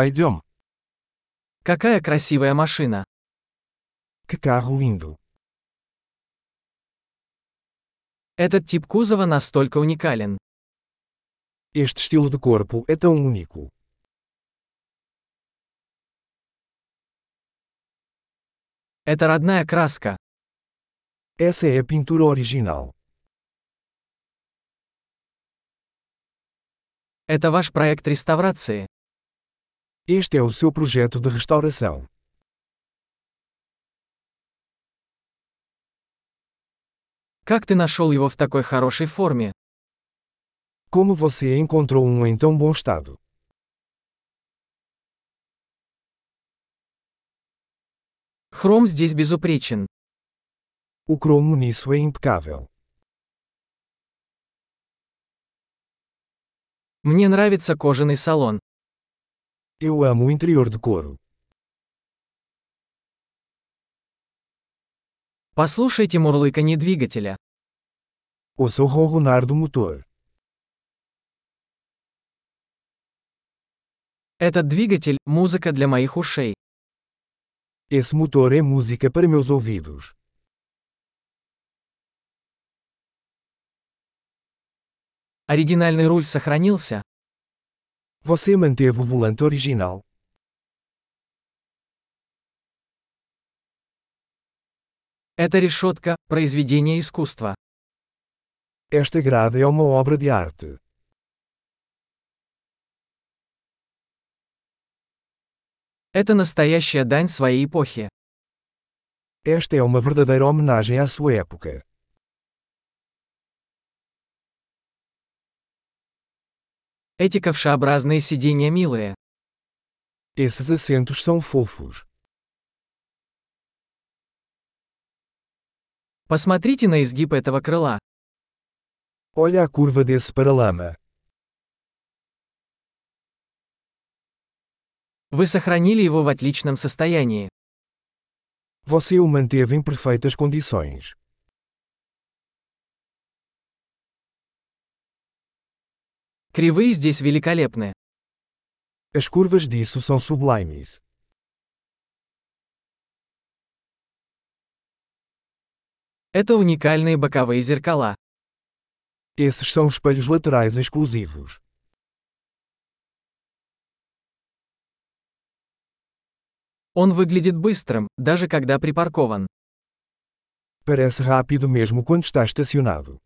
Пойдем. Какая красивая машина. Que carro lindo. Этот тип кузова настолько уникален. Este estilo de corpo é tão único. Это родная краска. Essa é a pintura original. Это ваш проект реставрации. Este é o seu projeto de restauração. Как ты нашел его в такой хорошей форме? Como você encontrou um em tão bom estado? Хром здесь безупречен. O cromo nisso é impecável. Мне нравится кожаный салон. Eu amo o interior de couro. Послушайте мурлыканье двигателя. Ouça o ronronar do motor. Этот двигатель – музыка для моих ушей. Esse motor é música para meus ouvidos. Оригинальный руль сохранился. Você manteve o volante original? Эта решетка – произведение искусства. Esta grade é uma obra de arte. Это настоящая дань своей эпохи. Esta é uma verdadeira homenagem à sua época. Эти ковшеобразные сиденья милые. Esses assentos são fofos. Посмотрите на изгиб этого крыла. Olha a curva desse paralama. Вы сохранили его в отличном состоянии. Você o manteve em perfeitas condições. Кривые здесь великолепны. As curvas disso são sublimes. Это уникальные боковые зеркала. Esses são espelhos laterais exclusivos. Он выглядит быстрым, даже когда припаркован. Parece rápido mesmo quando está estacionado.